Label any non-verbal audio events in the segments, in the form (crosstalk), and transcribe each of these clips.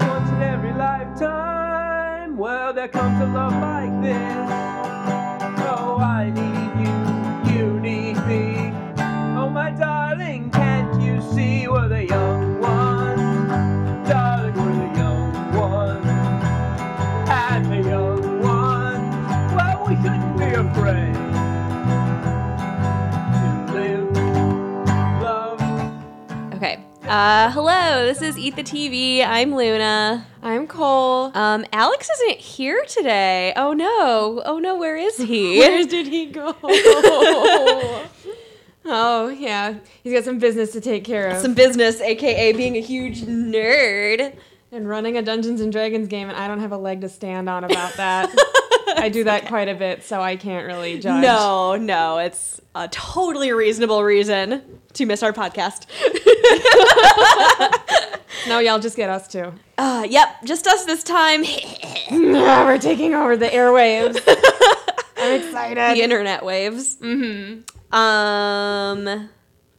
once in every lifetime. Well, there comes a love like this. Oh, I need you, you need me. Oh, my darling, can't you see we're the young ones? Darling, we're the young ones. And the young ones. Well, we shouldn't be afraid to live, love. Okay. Uh, hello, this is Eat the TV. I'm Luna. I'm Cole. Um, Alex isn't here today. Oh no. Oh no, where is he? (laughs) Where did (laughs) he go? oh yeah, he's got some business to take care of. Some business, aka being a huge nerd. and running a Dungeons and Dragons game, and I don't have a leg to stand on about (laughs) that. I do that quite a bit, so I can't really judge. No, no, it's a totally reasonable reason to miss our podcast. no, y'all just get us too. Uh, yep, just us this time. (laughs) (laughs) We're taking over the airwaves. I'm the excited. internet waves. Mm-hmm. Um,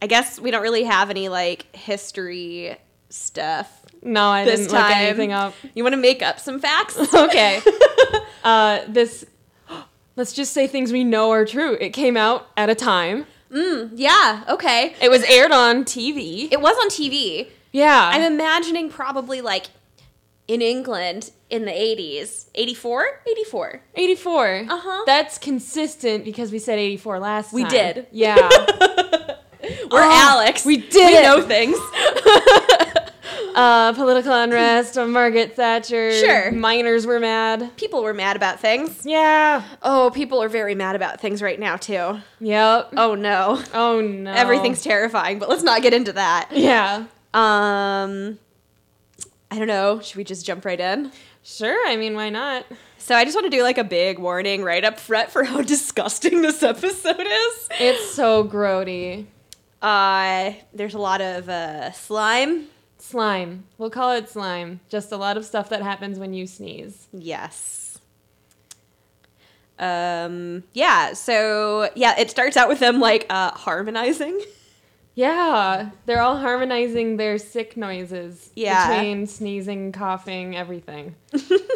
I guess we don't really have any like history stuff No, I this didn't time. look anything up. You want to make up some facts? Okay. (laughs) uh, this. (gasps) Let's just say things we know are true. It came out at a time. yeah. Okay. It was aired on TV. It was on TV. yeah. I'm imagining probably like in England in the 80s, 84, 84. 84. Uh-huh. That's consistent because we said 84 last We time. did. Yeah. We're Oh, Alex. we did (laughs) We it. know (laughs) things. uh, political unrest, uh, Margaret Thatcher. Sure. Miners were mad. people were mad about things. Yeah. Oh, people are very mad about things right now too. Yep. Oh no. Oh, no. Everything's terrifying, but let's not get into that. (laughs) Yeah. Um I don't know. Should we just jump right in? Sure. I mean, why not? So I just want to do like a big warning right up front for how (laughs) disgusting this episode is. It's so grody. Uh, there's a lot of uh, slime. Slime. We'll call it slime. Just a lot of stuff that happens when you sneeze. Yes. Um, yeah, so yeah, it starts out with them like uh, harmonizing. Yeah. They're all harmonizing their sick noises. Yeah. Between sneezing, (laughs) coughing, everything.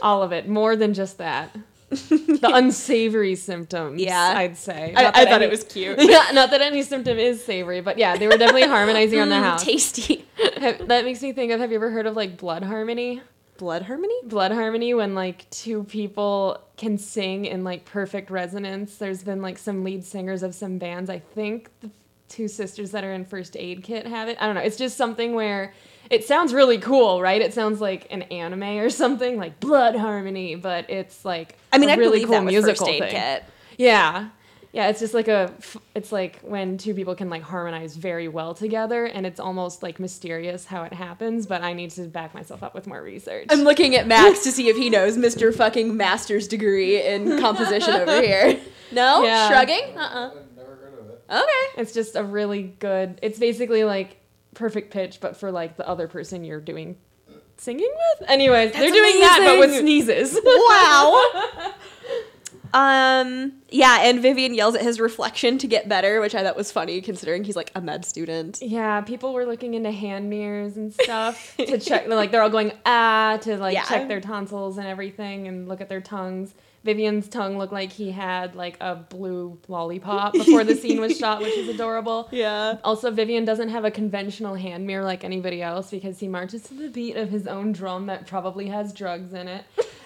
all of it. More than just that. (laughs) the unsavory symptoms. Yeah. I'd say. I, Not I that thought it any- was (laughs) cute. (laughs) Yeah, not that any symptom is savory, but yeah, they were definitely (laughs) harmonizing around the Mm, house. Tasty. Ha- that makes me think of have you ever heard of like blood harmony? Blood harmony? Blood harmony when like two people can sing in like perfect resonance. There's been like some lead singers of some bands. I think the two sisters that are in first aid kit have it. I don't know. It's just something where it sounds really cool, right? It sounds like an anime or something, like blood harmony, but it's like I mean, a I really believe cool that with musical first aid thing. kit. Yeah. Yeah, it's just like a f- it's like when two people can like harmonize very well together and it's almost like mysterious how it happens, but I need to back myself up with more research. I'm looking at Max to see if he knows Mr. fucking master's degree (laughs) in composition over here. No? Yeah. Shrugging? Uh-uh. I've never heard of it. Okay. it's just a really good it's basically like perfect pitch but for like the other person you're doing singing with. Anyways, they're doing that but with (laughs) sneezes. Wow. (laughs) um yeah, and Vivian yells at his reflection to get better, which I thought was funny considering he's like a med student. yeah, people were looking into hand mirrors and (laughs) stuff to check like they're all going ah to like Yeah. check their tonsils and everything and look at their tongues. Vivian's tongue looked like he had like a blue lollipop before the scene was shot, which is adorable. (laughs) Yeah. Also, Vivian doesn't have a conventional hand mirror like anybody else because he marches to the beat of his own drum that probably has drugs in it,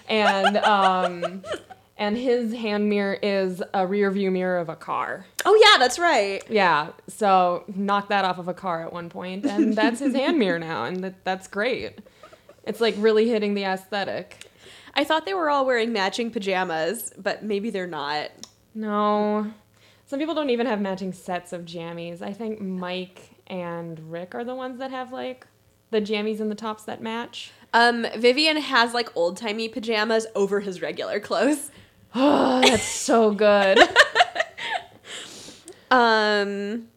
and um, and his hand mirror is a rear view mirror of a car. Oh yeah, that's right. Yeah, so knocked that off of a car at one point, and that's his hand mirror now, and that, that's great. It's like really hitting the aesthetic. I thought they were all wearing matching pajamas, but maybe they're not. No, some people don't even have matching sets of jammies. I think Mike and Rick are the ones that have like the jammies and the tops that match. Um, Vivian has like old timey pajamas over his regular clothes. Oh, that's so (laughs) good. Um,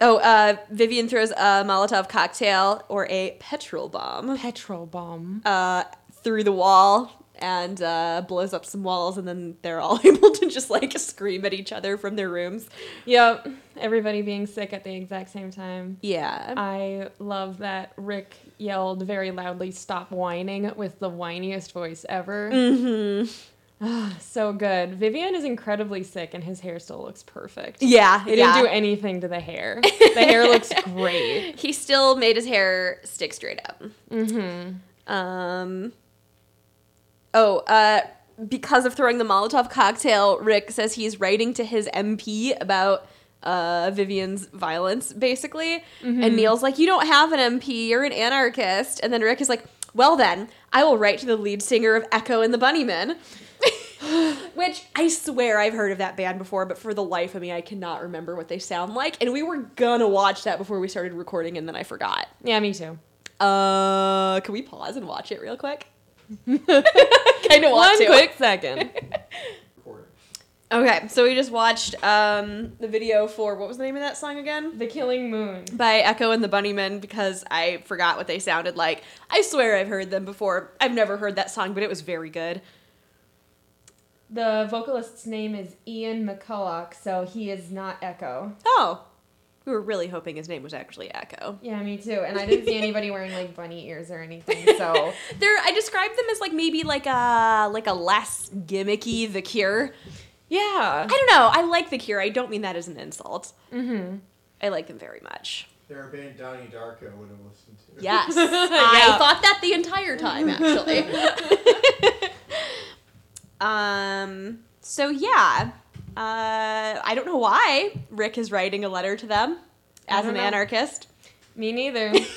oh, uh, Vivian throws a Molotov cocktail or a petrol bomb Petrol bomb. uh, through the wall and uh, blows up some walls, and then they're all (laughs) able to just like scream at each other from their rooms. Yep. Everybody being sick at the exact same time. Yeah. Uh, I love that Rick yelled very loudly, "Stop whining!" with the whiniest voice ever. Mm-hmm. so good. Vivian is incredibly sick, and his hair still looks perfect. yeah. They yeah. didn't do anything to the hair. The hair looks great. He still made his hair stick straight up. Mm-hmm. Um. Oh, uh, because of throwing the Molotov cocktail, Rick says he's writing to his MP about uh, Vivian's violence, basically. And Neil's like, "You don't have an MP. You're an anarchist." And then Rick is like, "Well, then I will write to the lead singer of Echo and the Bunnymen." Which I swear I've heard of that band before, but for the life of me, I cannot remember what they sound like. And we were gonna watch that before we started recording, and then I forgot. Yeah, me too. Uh, can we pause and watch it real quick? (laughs) kind of want One to. quick second. (laughs) Okay, so we just watched um the video for what was the name of that song again? the Killing Moon. By Echo and the Bunnymen because I forgot what they sounded like. I swear I've heard them before. I've never heard that song, but it was very good. The vocalist's name is Ian McCulloch, so he is not Echo. Oh, we were really hoping his name was actually Echo. Yeah, me too. And I didn't see (laughs) anybody wearing like bunny ears or anything. So They're I describe them as like maybe like a like a less gimmicky The Cure. (laughs) I yeah, don't know. I like The Cure. I don't mean that as an insult. Mm-hmm. I like them very much. They're a band Donnie Darko would have listened to. Yes, (laughs) Yeah. I thought that the entire time actually. (laughs) um. So yeah, uh, I don't know why Rick is writing a letter to them as don't an know. anarchist. (laughs) me neither. all.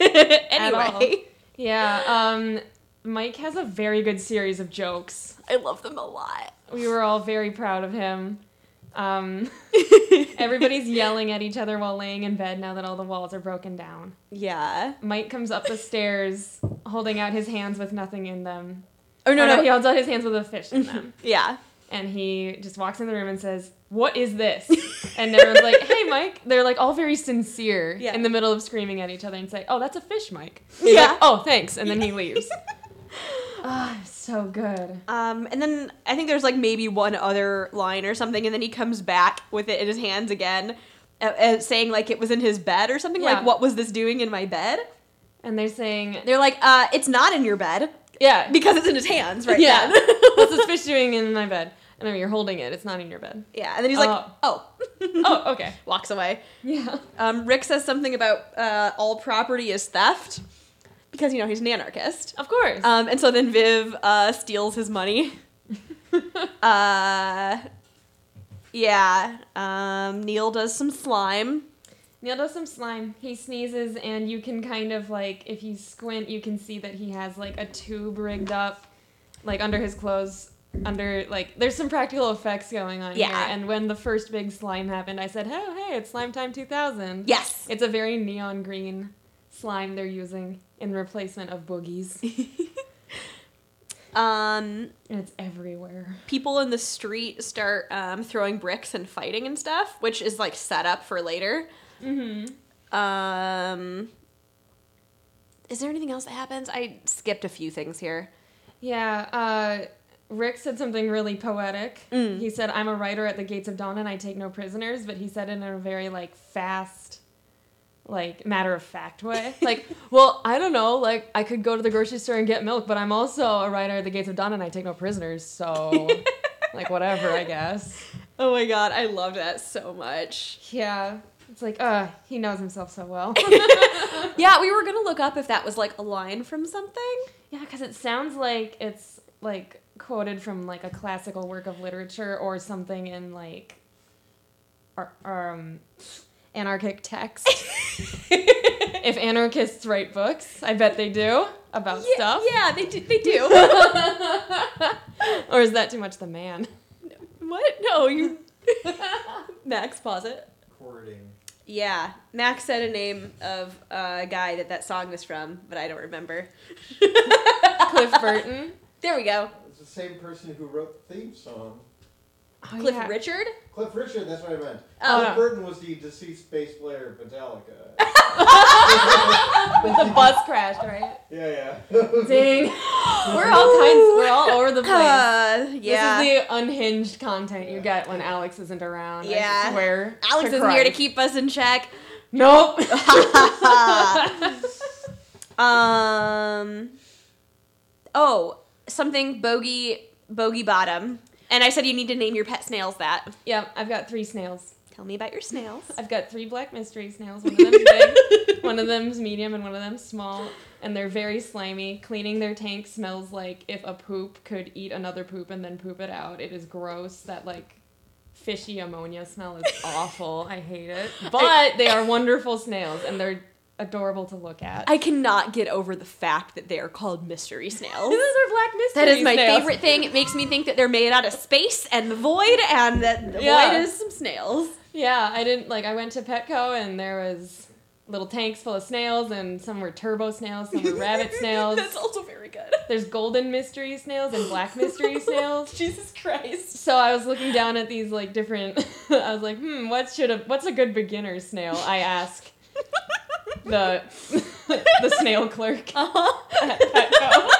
anyway, Yeah, um, Mike has a very good series of jokes. I love them a lot. We were all very proud of him. (laughs) Um, everybody's yelling at each other while laying in bed now that all the walls are broken down. Yeah. Mike comes up the stairs holding out his hands with nothing in them. Oh No, no no, he no. holds out his hands with a fish in them. Yeah. and he just walks in the room and says, "What is (laughs) this?" And everyone's like, "Hey, Mike!" They're like all very sincere Yeah. in the middle of screaming at each other and say, "Oh, that's a fish, Mike." (laughs) Yeah. Oh, thanks. And then (laughs) he leaves. Ah, so good. Um, and then I think there's like maybe one other line or something, and then he comes back with it in his hands again, uh, uh, saying like it was in his bed or something. Yeah. Like, what was this doing in my bed? And they're saying, They're like, uh, it's not in your bed (laughs) "Yeah, because it's in his hands right yeah, yeah. what's this fish doing in my bed?" And I mean, you're holding it. It's not in your bed. (laughs) yeah. And then he's like, oh, (laughs) Oh, okay. walks away. Yeah. Um, Rick says something about uh, all property is theft because you know he's an anarchist. Of course. Um, and so then Viv uh, steals his (laughs) money. uh, yeah. Um, Neil does some slime. Neil does some slime. He sneezes, and you can kind of like, if you squint, you can see that he has like a tube rigged up, like under his clothes. Under like, there's some practical effects going on here. Yeah. And when the first big slime happened, I said, "Oh, hey, it's Slime Time 2000." Yes. It's a very neon green slime they're using in replacement of (laughs) boogies, Um, and it's everywhere. people in the street start um, throwing bricks and fighting and stuff, which is like set up for later. Mm-hmm. Um, is there anything else that happens? I skipped a few things here. Yeah. Uh, Rick said something really poetic. He said, "I'm a writer at the gates of dawn, and I take no prisoners." But he said it in a very like fast, like matter of fact way. like, well, I don't know. Like, I could go to the grocery store and get milk, but I'm also a writer at the gates of dawn, and I take no prisoners. So, like, whatever, I guess. Oh my god, I loved that so much. Yeah. It's like, uh, he knows himself so well. Yeah, we were gonna look up if that was like a line from something. yeah, because it sounds like it's like quoted from like a classical work of literature or something in like ar- um, anarchic (laughs) text. if anarchists write books, I bet they do about Yeah, stuff. Yeah, they do. They (laughs) do. Or is that too much the man? what? No, you. (laughs) Max, pause it. Courting. Yeah, Max said a name of a guy that that song was from, but I don't remember. (laughs) Cliff Burton? There we go. It's the same person who wrote the theme song. Oh, Cliff (gasps) yeah. Richard. Cliff Richard, that's what I meant. Oh. Cliff Burton was the deceased bass player of (laughs) Metallica. With the bus crashed, right? (laughs) yeah, yeah. Ding. (laughs) We're all kinds. We're all over the place. Uh, yeah. This is the unhinged content you get when Alex isn't around. Yeah. I swear. Alex isn't here to keep us in (laughs) check. Nope. (laughs) Um. Oh, something bogey bogey bottom. And I said you need to name your pet snails that. yep, I've got three snails. Tell me about your snails. I've got three black mystery snails. One of them's (laughs) big, one of them's medium, and one of them's small. And they're very slimy. Cleaning their tank smells like if a poop could eat another poop and then poop it out. It is gross. That like fishy ammonia (laughs) smell is awful. I hate it. But they are wonderful snails, and they're adorable to look at. I cannot get over the fact that they are called mystery snails. (laughs) These are black mystery That is my snails. favorite thing. It makes me think that they're made out of space and the void, and that the Yeah. void is some snails. Yeah, I didn't like. I went to Petco and there was little tanks full of snails, and some were turbo snails, some (laughs) were (laughs) rabbit snails. That's also very good. (laughs) There's golden mystery snails and black mystery snails. Jesus Christ. So I was looking down at these like different. (laughs) I was like, hmm, what should a what's a good beginner snail? (laughs) I ask the (laughs) the snail clerk Uh-huh. at Petco.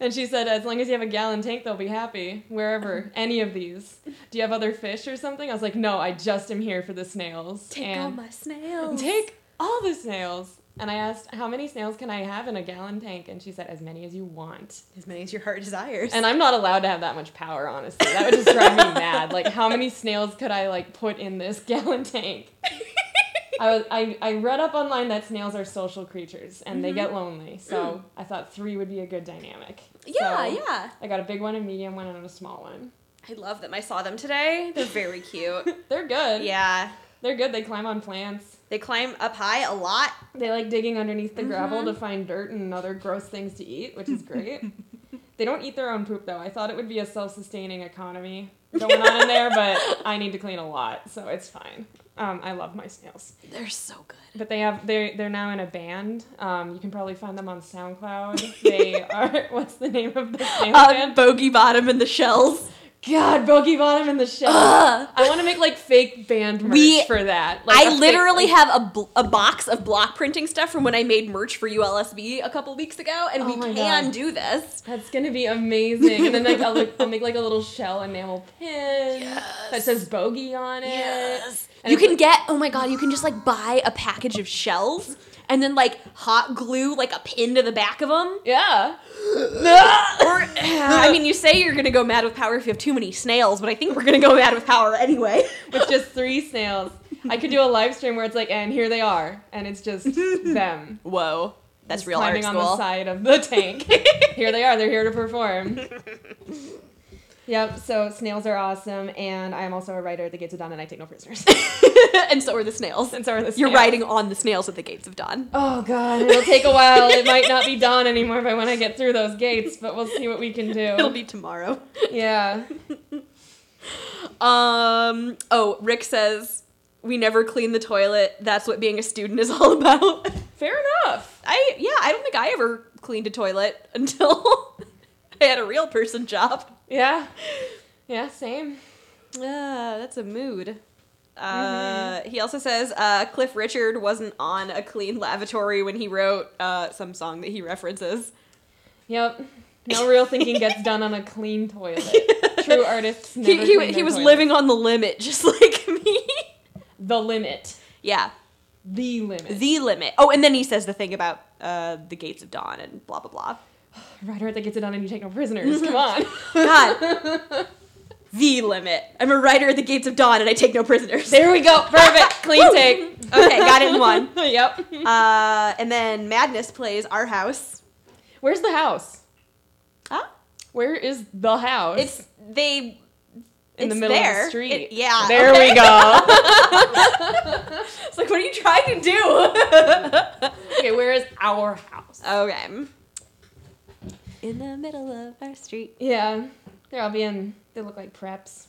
And she said, as long as you have a gallon tank, they'll be happy (laughs) wherever any of these. Do you have other fish or something? I was like, no, I just am here for the snails. Take and (laughs) all my snails. Take all the snails. And I asked, how many snails can I have in a gallon tank? And she said, as many as you want. as many as your heart desires. And I'm not allowed to have that much power, honestly. That would just drive (laughs) me mad. Like, how many snails could I like put in this (laughs) gallon tank? I was I, I read up online that snails are social creatures and Mm-hmm. they get lonely. So I thought three would be a good dynamic. Mm. yeah, So yeah. I got a big one, a medium one, and a small one. I love them. I saw them today. They're very cute. (laughs) They're good. yeah. They're good. They climb on plants. They climb up high a lot. They like digging underneath the gravel to find dirt and other gross things to eat, which is (laughs) great. they don't eat their own poop though. I thought it would be a self-sustaining economy going on in there, (laughs) but I need to clean a lot, so it's fine. Um, I love my snails, They're so good. but they have they they're now in a band. Um, you can probably find them on SoundCloud. (laughs) They are what's the name of the snail Um, band? bogey bottom and the shells. God, Bogey Bottom and the Shell. Ugh. I want to make like fake band merch We- for that. Like, a I fake- literally have a, bl- a box of block printing stuff from when I made merch for ULSB a couple weeks ago, and Oh we my can God. do this. That's gonna be amazing. And then like I'll, like, I'll make like a little shell enamel pin that says bogey on it. You And it's, can get, oh my god, you can just like buy a package of shells and then like hot glue like a pin to the back of (laughs) them. yeah. or, I mean, you say you're gonna go mad with power if you have too many snails, but I think we're gonna go mad with power anyway. (laughs) With just three snails, I could do a live stream where it's like, and here they are, and it's (laughs) just them Whoa, that's real art climbing on the school. side of (laughs) the tank. here they are. They're here to perform. Yep, so snails are awesome, and I'm also a writer that gets it done, and I take (laughs) no prisoners. and so are the snails. and so are the You're snails. riding on the snails at the gates of dawn. Oh god, it'll take a while. It (laughs) might not be dawn anymore by when I get through those gates, but we'll see what we can do. It'll be tomorrow. Yeah. Um. Oh, Rick says we never clean the toilet. That's what being a student is (laughs) all about. Fair enough. I yeah. I don't think I ever cleaned a toilet until (laughs) I had a real person job. Yeah. Yeah, same. Ah, that's a mood. Uh, He also says uh, Cliff Richard wasn't on a clean lavatory when he wrote uh, some song that he references. Yep. (laughs) No real thinking gets done on a clean toilet. True artists never He, clean he, he their was toilets. living on the limit, (laughs) just like me. the limit. yeah, The limit. the limit. Oh, and then he says the thing about uh, the gates of dawn and blah blah blah. Writer that gets it done and you take no Mhm. prisoners. (laughs) Come on. God. the limit. I'm a writer at the gates of dawn and I take no prisoners. There we go. Perfect. Clean Woo. take. (laughs) Okay, got it in one. yep. Uh, and then Madness plays Our House. Where's the house? Huh? Where is the house? It's they in it's the middle of there. the street. It- yeah. There okay. we go. (laughs) It's like, what are you trying to do? (laughs) okay, where is our house? okay. In the middle of our street. Yeah, they're all being. They look like preps.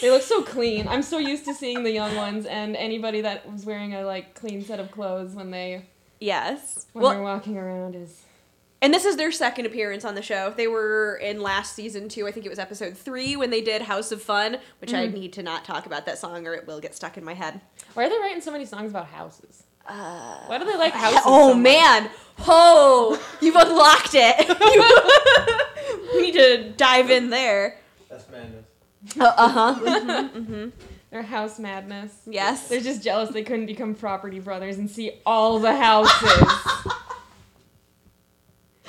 They (laughs) look so clean. I'm so used to seeing the young ones and anybody that was wearing a like clean set of clothes when they yes. when they're Well, walking around is. and this is their second appearance on the show. They were in last season two. I think it was episode three when they did House of Fun, Mm-hmm. (laughs) which I need to not talk about that song or it will get stuck in my head. Why are they writing so many songs about houses? Why do they like houses? Uh, Oh so much? man! Oh, you've unlocked it. (laughs) we need to dive in there. That's madness. Uh uh-huh. huh. Their house madness. Yes. They're just jealous they couldn't become property brothers and see all the houses.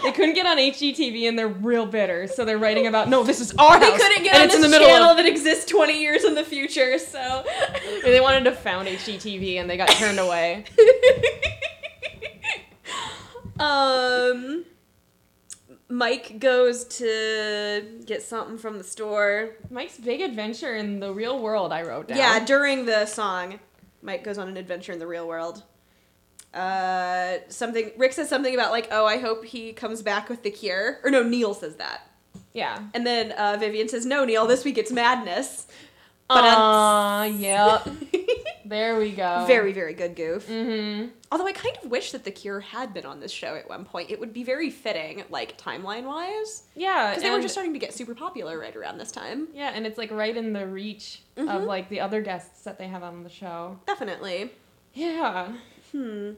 they couldn't get on HGTV and they're real bitter, so they're writing about no, this is (laughs) our They house. couldn't get and on it's this in the middle channel of that exists 20 years in the future, so. they wanted to found HGTV and they got (laughs) turned away. um, Mike goes to get something from the store. Mike's big adventure in the real world I wrote down. Yeah, during the song, Mike goes on an adventure in the real world. Uh, something Rick says something about like, oh, I hope he comes back with the cure. Or no, Neil says that, yeah. and then uh, Vivian says, no, Neil, this week it's madness. (laughs) Aw, yep. There we go. very, very good goof. Mm-hmm. Although I kind of wish that the Cure had been on this show at one point. It would be very fitting, like timeline wise, Yeah. because they were and- just starting to get super popular right around this time. Yeah, and it's like right in the reach of Mhm. like the other guests that they have on the show. Definitely. Yeah. Hmm.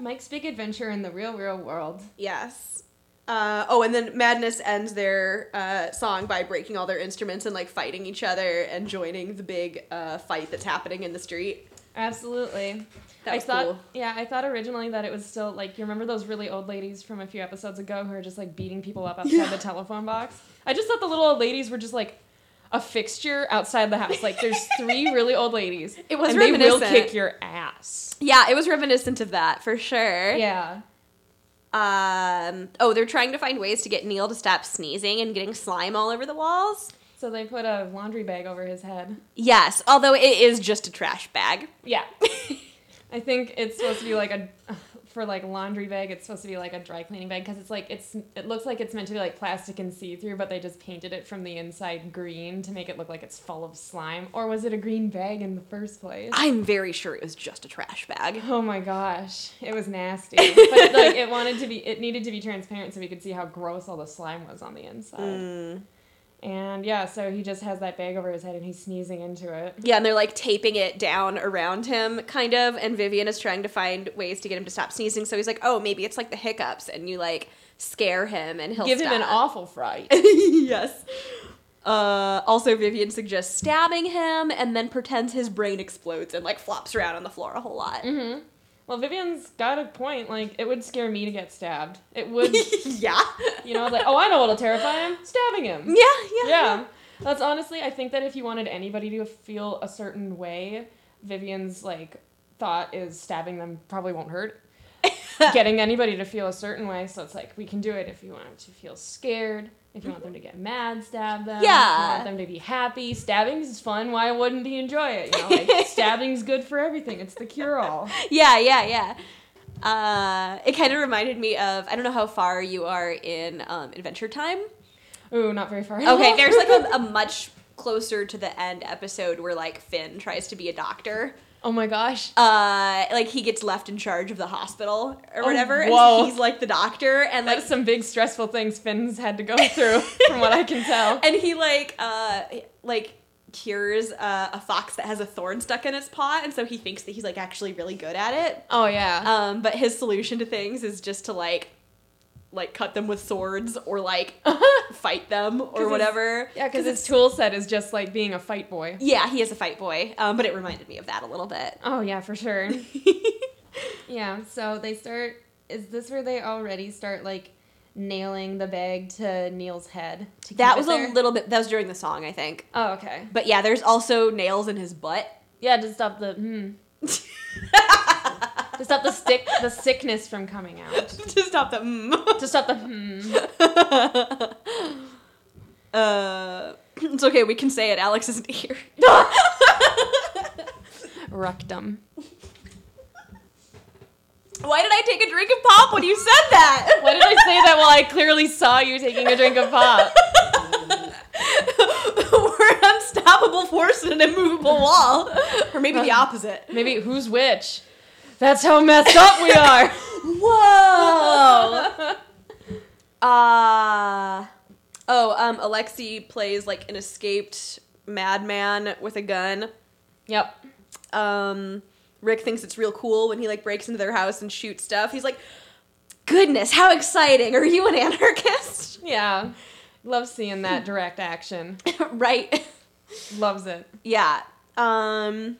Mike's big adventure in the real, real world. Yes. Uh, oh, and then Madness ends their uh, song by breaking all their instruments and like fighting each other and joining the big uh, fight that's happening in the street. Absolutely. That I was thought, cool. yeah, I thought originally that it was still like you remember those really old ladies from a few episodes ago who are just like beating people up outside the telephone box. I just thought the little old ladies were just like a fixture outside the house. (laughs) Like there's three really old ladies. It was and they will reminiscent. kick your ass. Yeah, it was reminiscent of that for sure. Yeah. Um, oh, they're trying to find ways to get Neil to stop sneezing and getting slime all over the walls. So they put a laundry bag over his head. Yes, although it is just a trash bag. Yeah. (laughs) I think it's supposed to be like a (sighs) for like laundry bag. It's supposed to be like a dry cleaning bag because it's like it's it looks like it's meant to be like plastic and see through, but they just painted it from the inside green to make it look like it's full of slime. Or was it a green bag in the first place? I'm very sure it was just a trash bag. Oh my gosh, it (laughs) was nasty. But like it wanted to be, it needed to be transparent so we could see how gross all the slime was on the inside. Mm. And yeah, so he just has that bag over his head and he's sneezing into it. Yeah, and they're like taping it down around him, kind of. And Vivian is trying to find ways to get him to stop sneezing. So he's like, oh, maybe it's like the hiccups. And you like scare him and he'll Give him an stop. awful fright. (laughs) yes. Uh, also, Vivian suggests stabbing him and then pretends his brain explodes and like flops around on the floor a whole lot. hmm Well, Vivian's got a point. Like, it would scare me to get stabbed. (laughs) It would, (laughs) yeah. you know, like, oh, I know what'll terrify him stabbing him. Yeah, yeah. Yeah. That's honestly, I think that if you wanted anybody to feel a certain way, Vivian's, like, thought is stabbing them probably (laughs) won't hurt. Getting anybody to feel a certain way. So it's like, we can do it if you want them to feel scared. If you want them to get mad, stab them. If you Yeah. want them to be happy, stabbing's fun. Why wouldn't he enjoy it? You know, (laughs) like, stabbing's good for everything. It's the cure all. Yeah, yeah, yeah. Uh, it kind of reminded me of I don't know how far you are in um, Adventure Time. Ooh, not very far. (laughs) Okay, there's like a, a much closer to the end episode where like Finn tries to be a doctor. oh my gosh. Uh, like he gets left in charge of the hospital or Oh, whatever, whoa. and he's like the doctor, and like That's some big stressful things Finn's had (laughs) to go through, from what I can tell. and he like uh like cures uh, a fox that has a thorn stuck in its paw, and so he thinks that he's like actually really good at it. Oh yeah. Um, but his solution to things is just to like like cut them with swords or (laughs) like fight them or it's- whatever. yeah, because his tool set is just like being a fight boy. Yeah, he is a fight boy. Um, but it reminded me of that a little bit. Oh yeah, for sure. (laughs) yeah. So they start. Is this where they already start like nailing the bag to Neil's head? (laughs) To that keep it was there? a little bit that was during the song, I think. Oh okay. But yeah, there's also nails in his butt. (laughs) Yeah, to stop the hmm. (laughs) to stop the stick the sickness from coming out. to stop the mm. (laughs) To stop the hmm. Uh, (clears throat) it's okay, we can say it. Alex isn't here. Rectum. Why did I take a drink of pop when you said that? (laughs) Why did I say that while I clearly saw you taking a drink of pop? We're an unstoppable force in an immovable wall. (laughs) Uh. Or maybe the opposite. Maybe who's which? That's how messed up we (laughs) are. (laughs) Whoa! Oh. Uh, oh, um, Alexi plays like an escaped madman with a gun. yep. Um, Rick thinks it's real cool when he like breaks into their house and shoots stuff. He's like, "Goodness, how exciting! Are you an (laughs) anarchist?" (laughs) Yeah. Love seeing that direct action. right. Loves it. Yeah. Um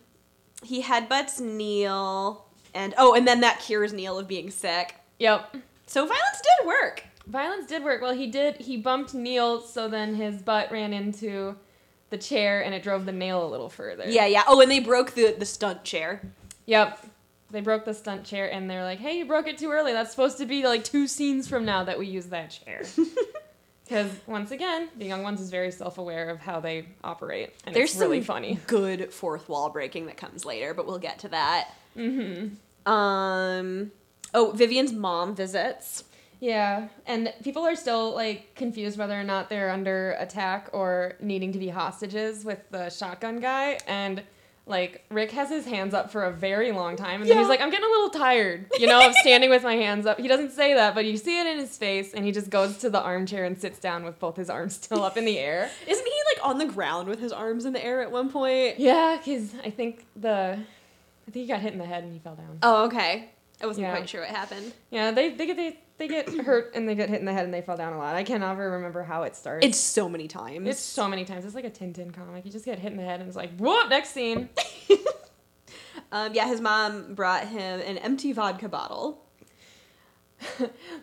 he headbutts Neil and oh, and then that cures Neil of being sick. Yep. So violence did work. Violence did work. Well, he did. He bumped Neil, so then his butt ran into the chair and it drove the nail a little further. Yeah, yeah. Oh, and they broke the the stunt chair. Yep. They broke the stunt chair and they're like, hey, you broke it too early. That's supposed to be like two scenes from now that we use that (laughs) chair. Because once again, the young ones is very self aware of how they operate. And There's it's really some funny. Good fourth wall breaking that comes later, but we'll get to that. Mm-hmm. Um oh, Vivian's mom visits. Yeah. And people are still like confused whether or not they're under attack or needing to be hostages with the shotgun guy. And like Rick has his hands up for a very long time. And then he's Yeah. like, I'm getting a little tired, you know, of standing with my hands up. He doesn't say that, but you see it in his face. And he just goes to the armchair and sits down with both his arms still up in the air. Isn't he like on the ground with his arms in the air at one point? (laughs) Yeah, because I think the. I think he got hit in the head and he fell down. Oh, okay. I wasn't Yeah. quite sure what happened. Yeah, they, they get they, they get hurt and they get hit in the head and they fall down a lot. I can't ever remember how it starts. It's so many times. It's so many times. It's like a Tintin comic. You just get hit in the head and it's like, whoop, next scene. (laughs) um, yeah, his mom brought him an empty vodka bottle.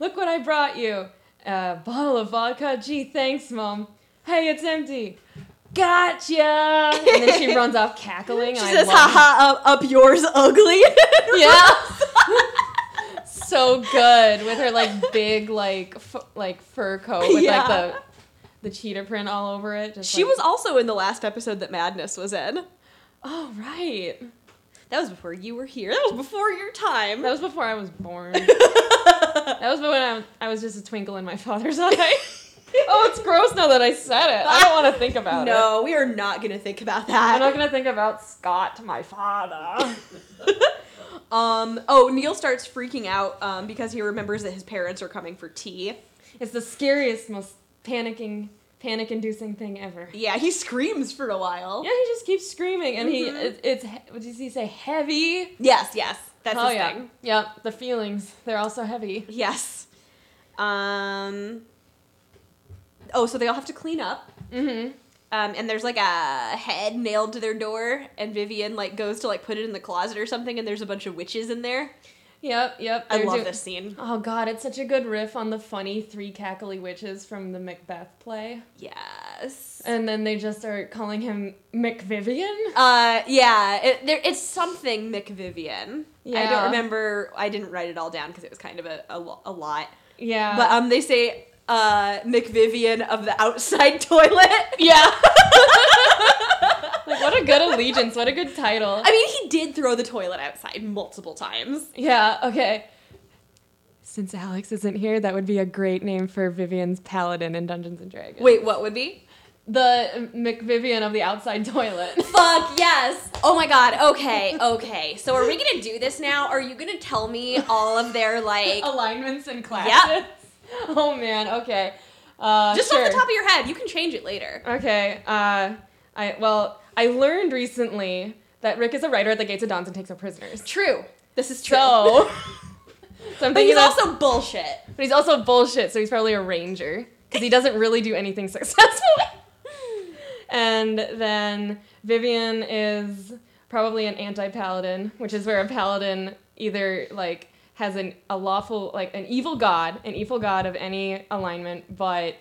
Look what I brought you. A bottle of vodka. Gee, thanks, Mom. Hey, it's empty. Gotcha. And then she runs off (laughs) cackling. She and says, I love it. haha, up, up yours, ugly. (laughs) Yeah. (laughs) so good with her like big like f- like fur coat with Yeah. like the the cheetah print all over it. Just she like- was also in the last episode that Madness was in. Oh right. That was before you were here. That was before your time. That was before I (laughs) was born. that was when I was, I was just a twinkle in my father's (laughs) eye. oh, it's gross now that I said it. I don't want to think about it. no, we are not going to think about I'm not that. going to think about Scott, my father. Um, oh, Neil starts freaking out um, because he remembers that his parents are coming for tea. it's the scariest, most panicking, panic inducing thing ever. Yeah, he screams for a while. Yeah, he just keeps screaming and he, Mhm. it, it's, he- what does he say, heavy? Yes, yes. That's oh, his yeah. thing. Yep, the feelings, they're also heavy. Yes. Um, oh, so they all have to clean up. Mm Um, and there's like a head nailed to their door, and Vivian like goes to like put it in the closet or something, and there's a bunch of witches in there. hmm. Yep, yep. I they're love do- this scene. Oh, God, it's such a good riff on the funny three cackly witches from the Macbeth play. Yes. And then they just are calling him McVivian. Uh, yeah, it, there, it's something McVivian. I don't Yeah. remember. I didn't write it all down because it was kind of a, a, lo- a lot. Yeah. But um, they say uh McVivian of the outside (laughs) toilet. yeah. (laughs) like, what a good allegiance. What a good title. I mean, he did throw the toilet outside multiple times. Yeah, okay. Since Alex isn't here, that would be a great name for Vivian's paladin in Dungeons and Dragons. Wait, what would be? The McVivian of the outside toilet. (laughs) Fuck yes! Oh my god. Okay, okay. So are we gonna do this now? Are you gonna tell me all of their like Alignments and classes. Oh man, okay. Uh, just sure. off the top of your head? You can change it later. Okay. Uh, I well, I learned recently that Rick is a writer at the Gates of Dawns and takes no prisoners. True. This is true. (laughs) So, so I'm but thinking he's that's- also bullshit. but he's also bullshit. So he's probably a ranger because he doesn't really do anything (laughs) successfully. and then Vivian is probably an anti-paladin, which is where a paladin either like has an a lawful like an evil god, an evil god of any alignment, but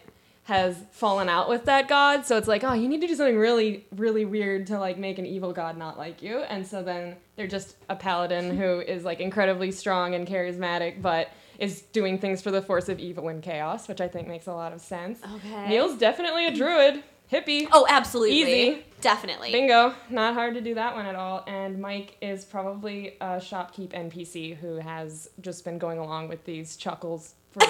has fallen out with that god. So it's like, oh, you need to do something really, really weird to like make an evil god not like you. And so then they're just a paladin who is like incredibly strong and charismatic, but is doing things for the force of evil and chaos, which I think makes a lot of sense. Oh, Okay. Neil's definitely a druid, hippie. Oh, absolutely. Easy. Definitely. Bingo, not hard to do that one at all. And Mike is probably a shopkeep NPC who has just been going along with these chuckles (laughs) for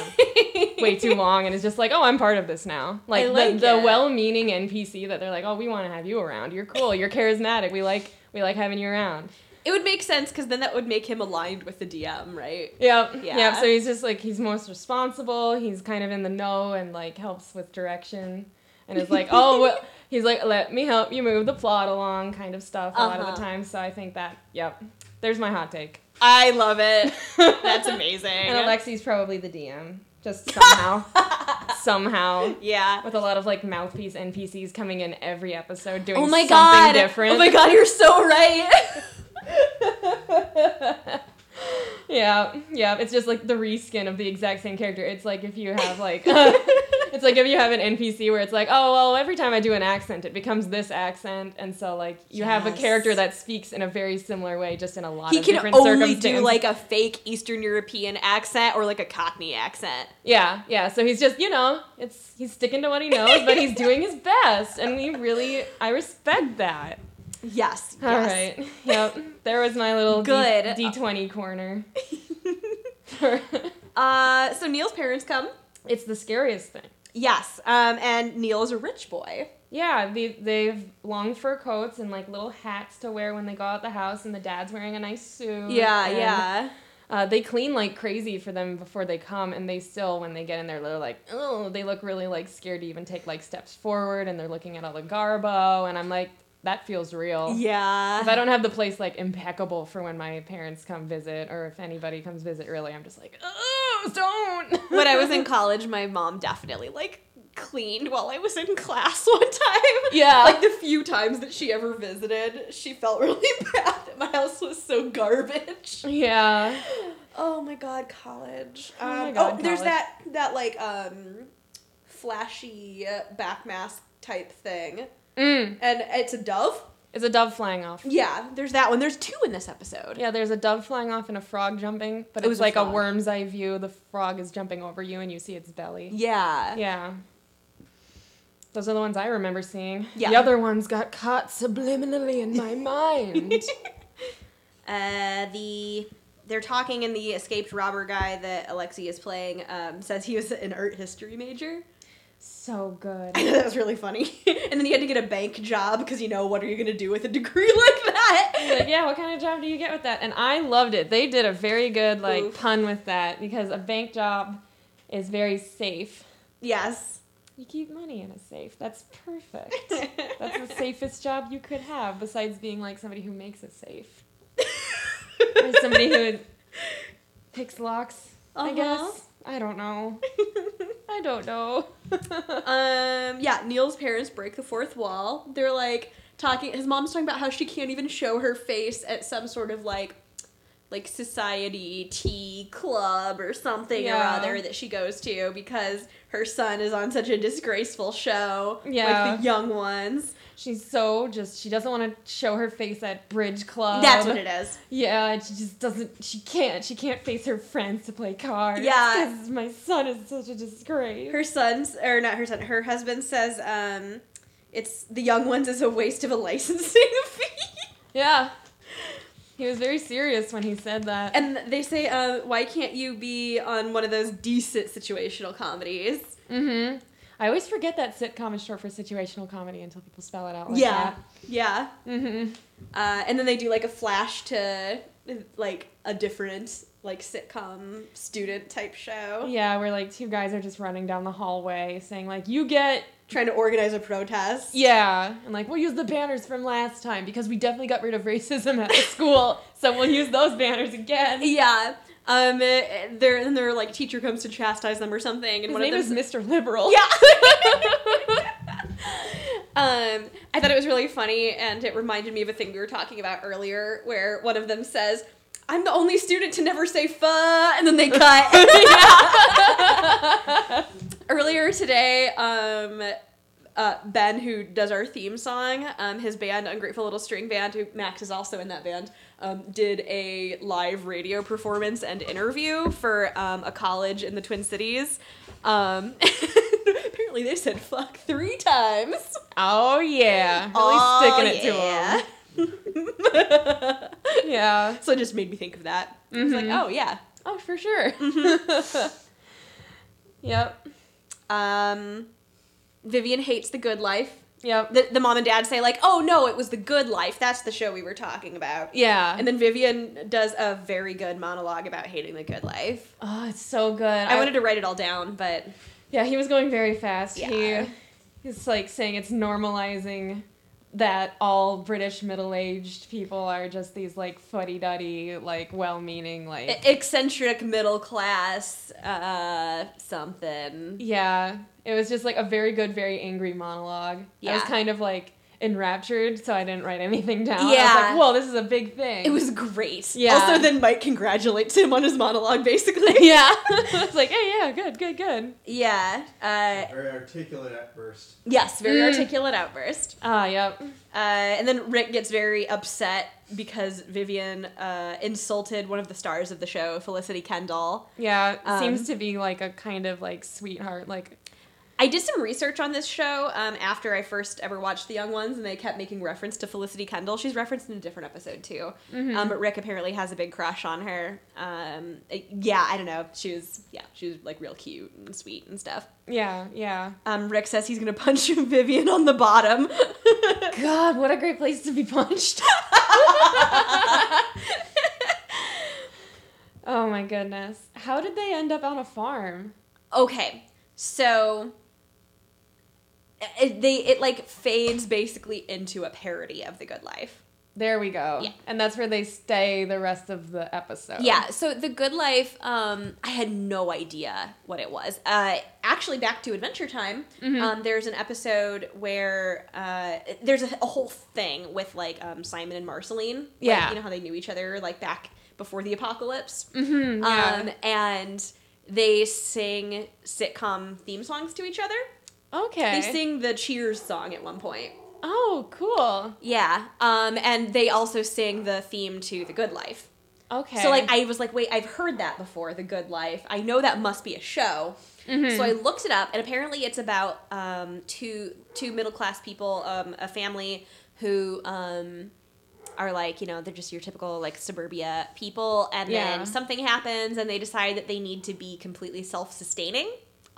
way too long and is just like, oh, I'm part of this now. Like, the- like the, it. well-meaning NPC that they're like, oh, we want to have you around. You're cool. You're charismatic. We like we like having you around. It would make sense because then that would make him aligned with the DM, right? Yep. Yeah. Yep. So he's just like he's most responsible. He's kind of in the know and like helps with direction and is like, (laughs) oh, well, he's like, let me help you move the plot along, kind of stuff a lot of Uh-huh. the time. So I think that, yep, There's my hot take. I love (laughs) it. That's amazing. And Alexi's probably the DM. (laughs) Just somehow. somehow. yeah. With a lot of like mouthpiece NPCs coming in every episode doing Oh my something god. different. Oh my god, you're so right. Yeah, yeah. It's just like the reskin of the exact same character. It's like if you (laughs) have like, (laughs) it's like if you have an NPC where it's like, oh well, every time I do an accent, it becomes this accent, and so like you have a Yes. character that speaks in a very similar way, just in a lot he of can different only do circumstances. like a fake Eastern European accent or like a Cockney accent. yeah, yeah. So he's just you know, it's he's sticking to what he knows, but he's doing his best, and we really I respect that. Yes. All right. Yep. There was my little Good. D (laughs) twenty corner. (laughs) For- Uh, so Neil's parents come. it's the scariest thing. Yes. Um, and Neil is a rich boy. Yeah, they, they've long fur coats and like little hats to wear when they go out the house, and the dad's wearing a nice suit. Yeah, and, yeah. Uh, they clean like crazy for them before they come, and they still, when they get in there, they're like, oh, they look really like scared to even take like steps forward, and they're looking at all the garbo, and I'm like, that feels real. Yeah. If (laughs) I don't have the place like impeccable for when my parents come visit, or if anybody comes visit, really, I'm just like, oh, don't. when I (laughs) was (laughs) in college, my mom definitely like cleaned while I was in class (laughs) one time. Yeah. Like the few times that she ever visited, she felt (laughs) really bad that my house was so garbage. yeah. Oh my god, college. Oh Um, my God, there's college. that that like um flashy uh, back mask type thing. Mm. And it's a dove? It's a dove flying off. Yeah, there's that one. There's two in this episode. Yeah, there's a dove flying off and a frog jumping, but It it's was a like a, frog. worm's eye view. The frog is jumping over you and you see its belly. Yeah. Yeah. Those are the ones I remember seeing. Yeah. The other ones got caught subliminally (laughs) in my mind. Uh, the they're talking and the escaped robber guy that Alexi is playing um, says he was an art history major. (laughs) so good. I know that was really funny. (laughs) and then he had to get a bank job because you know what are you gonna do with a degree (laughs) like that? Like, yeah, what kind of job do you get with that? And I loved it. They did a very good like Oof. pun with that because a bank job is very safe. yes. (laughs) You keep money in a safe. That's perfect. That's the safest job you could have besides being like somebody who makes a (laughs) safe. Or somebody who picks locks, I Uh-huh. guess. I (laughs) don't know. I don't know. Um, yeah, Neil's parents break the fourth wall. They're like talking. His mom's talking about how she can't even show her face at some sort of like, like society tea club or something Yeah. or other that she goes to because her son is on such a disgraceful show. Yeah. like the young ones. She's so just, she doesn't want to show her face at Bridge Club. That's what it is. Yeah, and she just doesn't, she can't. She can't face her friends to play cards. Yeah. 'cause my son is such a disgrace. Her son's or not her son. Her husband says, um, it's the young ones is a waste of a licensing (laughs) fee. yeah. He was very serious when he said that. And they say, uh, why can't you be on one of those decent situational comedies? Mm-hmm. I always forget that sitcom is short for situational comedy until people spell it out like yeah. Yeah. that. Mm-hmm. Uh, and then they do like a flash to like a different like sitcom student type show Yeah, where like two guys are just running down the hallway saying like, "You get trying to organize a protest. yeah," and like, "We'll use the banners from last time because we definitely got rid of racism at the school, so we'll use those banners again." His Yeah. Um, their and their like teacher comes to chastise them or something, and one name of is them Mr. Liberal. Yeah. um, I thought it was really funny, and it reminded me of a thing we were talking about earlier, where one of them says, "I'm the only student to never say fuh," and then they cut. (laughs) earlier today, um. Uh, ben, who does our theme song, um, his band, Ungrateful Little String Band, who Max is also in that band, um, did a live radio performance and interview for um, a college in the Twin Cities. Um, (laughs) apparently, they said fuck three times. Oh yeah, really sticking it (laughs) to him. Yeah. So it just made me think of that. It's like, oh, yeah. Oh, for sure. Mm-hmm. (laughs) yep. Um, Vivian hates the good life. Yep. The, the mom and dad say, like, oh, no, it was the good life. That's the show we were talking about. yeah. And then Vivian does a very good monologue about hating the good life. oh, it's so good. I, I wanted to write it all down, but Yeah, he was going very fast. Yeah. He he's like saying it's normalizing that all British middle aged people are just these like fuddy duddy, like well meaning, like E- eccentric middle class uh, something. yeah. It was just like a very good, very angry monologue. I Yeah. was kind of like enraptured, so I didn't write anything down. I was Yeah. like, whoa, this is a big thing. It was great. Yeah. Also, then Mike congratulates him on his monologue, basically. (laughs) (laughs) yeah. it's like, hey, yeah, good, good, good. (laughs) Yeah. Uh, Very articulate at first. yes, very Mm. articulate outburst. Ah, yep. Uh, and then Rick gets very upset because Vivian uh, insulted one of the stars of the show, Felicity Kendall. Yeah, Um, seems to be like a kind of like sweetheart, like I did some research on this show um, after I first ever watched The Young Ones, and they kept making reference to Felicity Kendall. She's referenced in a different episode too, um, but Rick apparently has a big crush on her. Um, it- yeah, I don't know. She was yeah, she was like real cute and sweet and stuff. yeah, yeah. Um, Rick says he's gonna (laughs) punch Vivian on the bottom. (laughs) God, what a great place to be punched. oh my goodness. How did they end up on a farm? okay so uh, it, they it like fades basically into a parody of the good life There we go. Yeah. And that's where they stay the rest of the episode. yeah so the good life um i had no idea what it was uh actually back to adventure time Mm-hmm. um there's an episode where uh there's a, a whole thing with like um simon and marceline Like, Yeah. you know how they knew each other like back before the apocalypse Mm, yeah. um and they sing sitcom theme songs to each other okay. They sing the Cheers song at one point. oh, cool. Yeah. Um, and they also sing the theme to The Good Life. Okay. So like I was like, wait, I've heard that before, The Good Life. I know that must be a show. So I looked it up, and apparently it's about um, two two middle class people, um, a family who um, are like you know they're just your typical like suburbia people, and Yeah. then something happens, and they decide that they need to be completely self sustaining.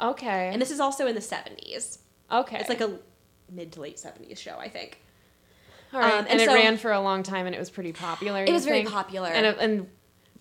okay. And this is also in the seventies. okay. It's like a mid to late seventies show, I think. All right. um, and, and it so- ran for a long time and it was pretty popular. It you was very think? popular. And and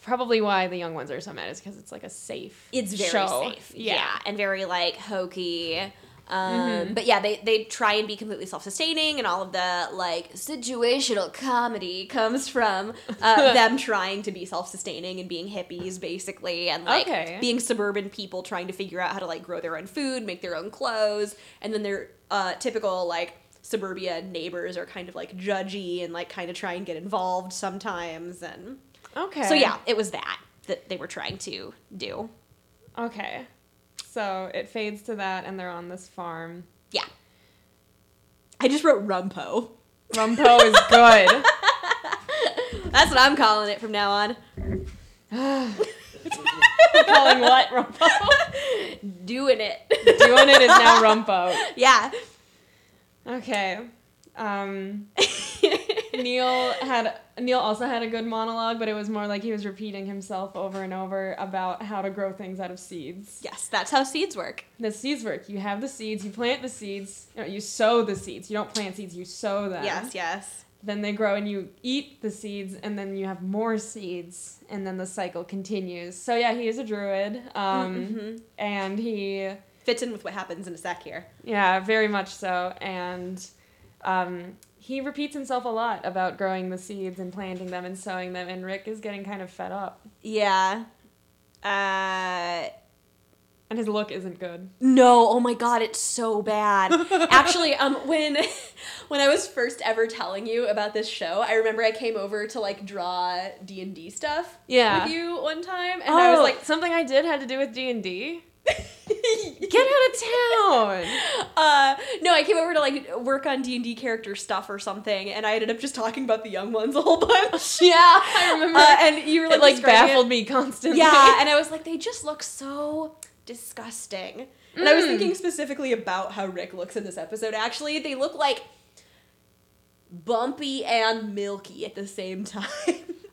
probably why the young ones are so mad is because it's like a safe. it's very show. safe, yeah. and very like hokey. Um, But yeah, they they try and be completely self sustaining, and all of the like situational comedy comes from (laughs) uh, them trying to be self sustaining and being hippies, basically, and like Okay. being suburban people trying to figure out how to like grow their own food, make their own clothes, and then their uh, typical like suburbia neighbors are kind of like judgy and like kind of try and get involved sometimes, and Okay. so yeah, it was that that they were trying to do. Okay. So it fades to that, and they're on this farm. Yeah. I just wrote Rumpo. Rumpo is (laughs) good. That's what I'm calling it from now on. Calling what Rumpo? Doing it. (laughs) Doing it is now Rumpo. yeah. Okay. (laughs) Um, Neil had Neil also had a good monologue, but it was more like he was repeating himself over and over about how to grow things out of seeds. yes, that's how seeds work. The seeds work. You have the seeds. You plant the seeds. No, you sow the seeds. You don't plant seeds. You sow them. Yes, yes. then they grow and you eat the seeds and then you have more seeds and then the cycle continues so yeah he is a druid um, and he Fits in with what happens in a sec here. yeah very much so and um, he repeats himself a lot about growing the seeds and planting them and sowing them and rick is getting kind of fed up Yeah. Uh and his look isn't good no, oh my god, it's so (laughs) bad. Actually, um when (laughs) when I was first ever telling you about this show, I remember I came over to like draw D&D stuff Yeah. with you one time and I was like something i did had to do with d&d get out of town Uh, no, I came over to like work on D and D character stuff or something, and I ended up just talking about the young ones a whole (laughs) bunch. yeah i remember Uh, and you were like, it like describing baffled me constantly Yeah, and I was like, they just look so disgusting. And I was thinking specifically about how Rick looks in this episode. Actually, they look like bumpy and milky at the same (laughs) time.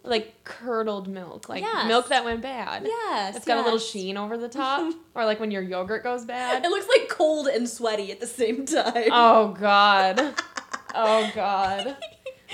like curdled milk, like Yes. milk that went bad. yes, it's got a little yes. sheen over (laughs) the top, or like when your yogurt goes bad. It looks (laughs) like cold and sweaty at the same time. (laughs) Oh god, oh god.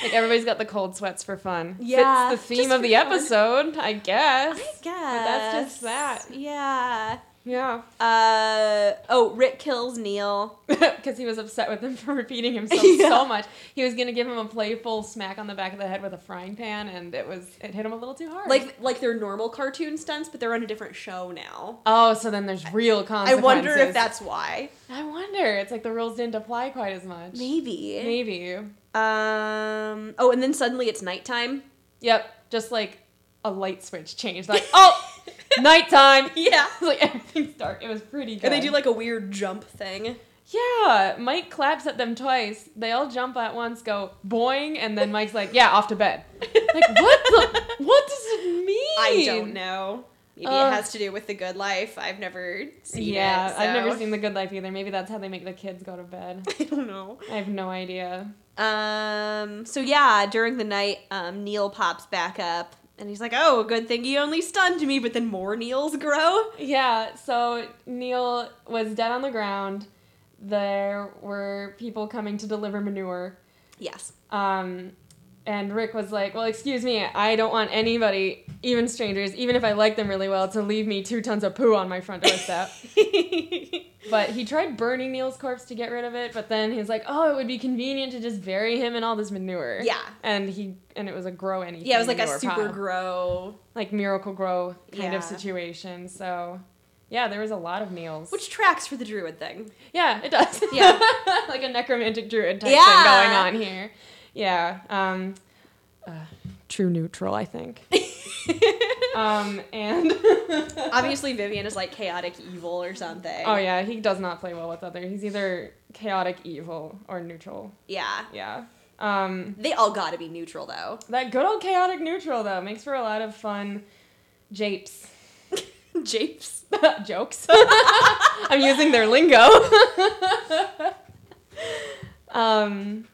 Like everybody's got the cold sweats for fun. Yeah, it's the just theme of for the fun. episode, I guess. I guess. that's just that. Yeah. Yeah. (laughs) Uh, oh, Rick kills Neil. Because he was upset with him (laughs) for repeating himself (laughs) Yeah. so much. He was going to give him a playful smack on the back of the head with a frying pan, and it was it hit him a little too hard. Like like they're normal cartoon stunts, but they're on a different show now. oh, so then there's real I consequences. wonder if that's why. I wonder. It's like the rules didn't apply quite as much. Maybe. Maybe. Um. Oh, and then suddenly it's nighttime. Yep. Just like a light switch changed. Like, (laughs) oh, nighttime. (laughs) (laughs) Yeah. It's like everything's dark. It was pretty good. And they do like a weird jump thing. Yeah, Mike claps at them twice. They all jump at once, go boing, and then Mike's like, "Yeah, off to bed." Like, (laughs) what the? What does it mean? I don't know. Maybe Uh, it has to do with the good life. I've never seen yeah, it. I've never so- (laughs) seen The Good Life either. Maybe that's how they make the kids go to bed. I don't know. I have no idea. Um. So yeah, during the night, um, Neil pops back up, and he's like, "Oh, good thing you only stunned me." But then more Neils grow. Yeah, so Neil was dead on the ground. There were people coming to deliver manure. (laughs) Yes. Um, and Rick was like, Well, excuse me, I don't want anybody, even strangers, even if I like them really well, to leave me two tons of poo on my front doorstep. (laughs) but he tried burning Neil's corpse to get rid of it, but then he was like, Oh, it would be convenient to just bury him in all this manure. Yeah. And he and it was a grow anything. yeah, it was like a manure super pile. grow, like miracle grow kind Yeah. of situation. So yeah, there was a lot of Neils. which tracks for the druid thing. Yeah, it does. (laughs) Yeah. (laughs) like a necromantic druid type Yeah. thing going on here. Yeah. Um, uh, true neutral, I think. um, and (laughs) Obviously, Vivian is like chaotic evil or something. oh yeah, he does not play well with other. He's either chaotic evil or neutral. Yeah. Yeah. Um, They all gotta be neutral (laughs) though. that good old chaotic neutral though makes for a lot of fun japes. Japes. jokes. (laughs) I'm using their lingo. (laughs) um,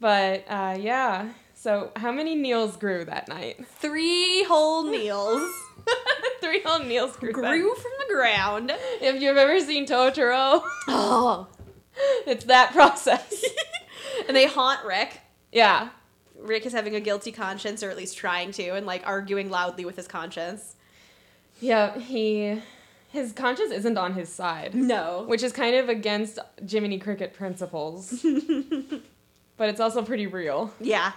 but uh, yeah. So how many Neils grew that night? (laughs) Three whole (laughs) Neils Three whole Neils grew. that- grew from the ground. If you've ever seen Totoro, (laughs) Oh. it's that process. And they haunt Rick. yeah. Rick is having a guilty conscience, or at least trying to, and like arguing loudly with his conscience. Yeah. He, his conscience isn't on his side. (laughs) No. which is kind of against Jiminy Cricket principles. but it's also pretty real. (laughs) Yeah,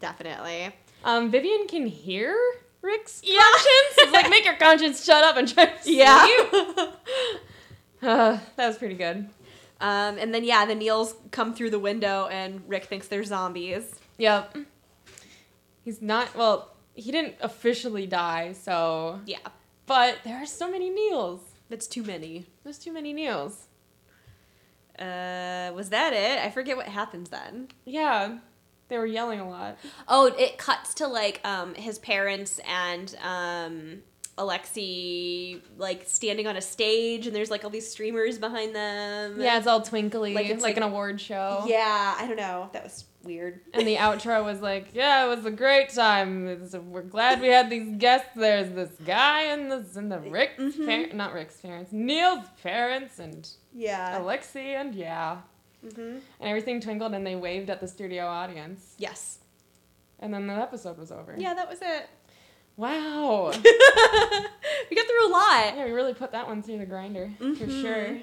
definitely. um, Vivian can hear Rick's Yeah. conscience. It's like make your conscience shut up and try to (laughs) sleep. Yeah. Uh, that was pretty good. Um, and then yeah, the Neils come through the window, and Rick thinks they're zombies. Yep. He's not well. He didn't officially die, so. Yeah, But there are so many Neils. that's too many. There's too many Neils. Uh, was that it? I forget what happens then. Yeah, they were yelling a lot. Oh, it cuts to like um his parents and um Alexi like standing on a stage, and there's like all these streamers behind them. Yeah, it's all twinkly, Like like, it's like- an award Oh. show. yeah. I don't know. That was weird. (laughs) And the outro was like, yeah, it was a great time. It's- we're glad we had these guests. There's this guy and this and the Rick's Mhm. parents, not Rick's parents, Neil's parents and Yeah. Alexi and yeah. hmm And everything twinkled and they waved at the studio audience. Yes. And then the episode was over. Yeah, that was it. Wow. (laughs) We got through a lot. yeah, we really put that one through the grinder for Mhm. sure.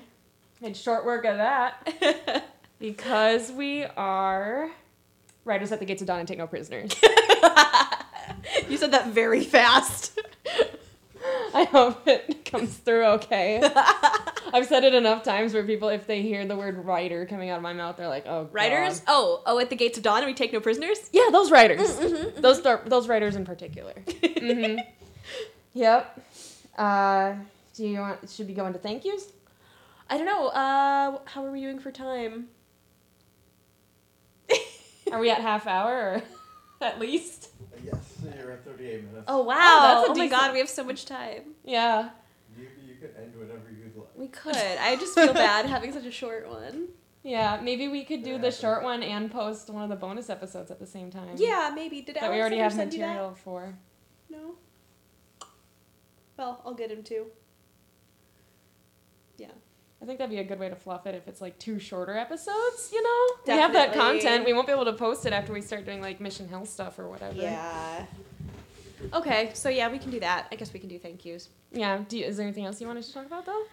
Made short work of that because we are writers at the gates of dawn and take no prisoners. (laughs) you said that very fast. (laughs) I hope it comes through (laughs) okay. I've said it enough times where people, if they hear the word writer coming out of my mouth, they're like, "Oh, (laughs) God. Writers? Mm, Oh, oh, at the gates of dawn, and we take no prisoners. Yeah, those writers. mm-hmm, Those th- those writers in particular. hmm (laughs) Yep. Uh, do you want? Should we go into thank yous? I don't know. Uh, how are we doing for time? Are we at half hour or (laughs) at least? Yes, you're at 38 minutes. Oh wow! Oh, Oh, that's a my decent- god, we have so much time. Yeah. You, you could end whenever you'd like. We could. I just feel bad having such a short (laughs) one. Yeah. Maybe we could do Yeah. the short one and post one of the bonus episodes at the same time. Yeah, maybe. Did That Alex we already ever have send you that? material for. No. Well, I'll get him too. Yeah. I think that'd be a good way to fluff it if it's like two shorter episodes, you know? We have that Definitely. content. We won't be able to post it after we start doing like Mission Hell stuff or whatever. Yeah. Okay, so yeah, we can do that. I guess we can do thank yous. Yeah. Do you, is there anything else you wanted to talk about though?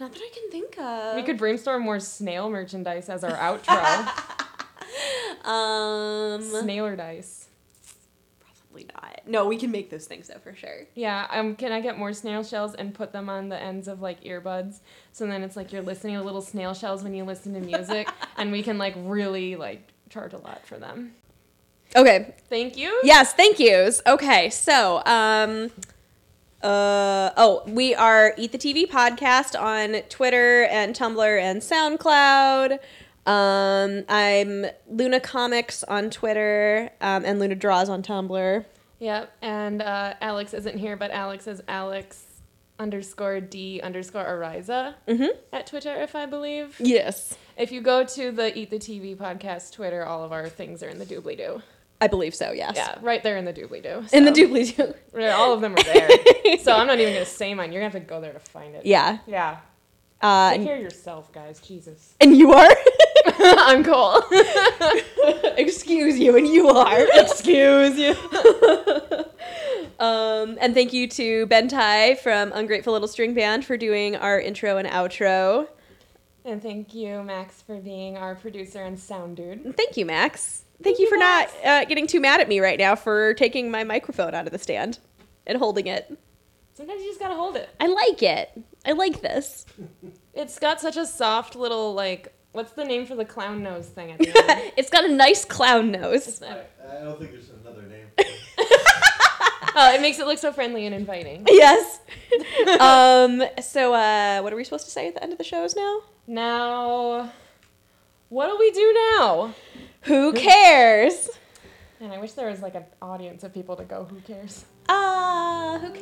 Not that I can think of. we could brainstorm more snail merchandise (laughs) as our outro. Um, Snailer dice. probably not. No, we can make those things though for sure. Yeah, um, can I get more snail shells and put them on the ends of like earbuds? So then it's like you're listening to little snail shells when you listen (laughs) to music, and we can like really like charge a lot for them. Okay. Thank you. Yes, thank yous. Okay, so um, uh, oh, we are Eat the TV podcast on Twitter and Tumblr and SoundCloud. Um, I'm Luna Comics on Twitter um, and Luna Draws on Tumblr. Yep. And uh, Alex isn't here, but Alex is Alex underscore D underscore Ariza Mhm. at Twitter, if I believe. Yes, If you go to the Eat the TV podcast Twitter, all of our things are in the doobly doo. I believe so. Yes, Yeah, right there in the doobly doo. in the doobly doo. All of them (laughs) are there. so I'm not even gonna say mine. You're gonna have to go there to find it. Yeah, Yeah. uh, Take and, care of yourself, guys. (laughs) Jesus. and you are. I'm Cole. (laughs) excuse you and you are (laughs) excuse you (laughs) um, and thank you to ben tai from ungrateful little string band for doing our intro and outro and thank you, Max, for being our producer and sound dude. and thank you max thank, you for not uh, getting too mad at me right now for taking my microphone out of the stand and holding it Sometimes you just gotta hold it. i like it i like this It's got such a soft little like what's the name for the clown nose thing at the (laughs) end? it's got a nice clown nose It's not- I don't think there's another name. (laughs) For it. oh, it makes it look so friendly and inviting. yes (laughs) um so uh what are we supposed to say at the end of the shows now Now what do we do now? who cares And I wish there was like an audience of people to go, who cares? ah who cares (laughs)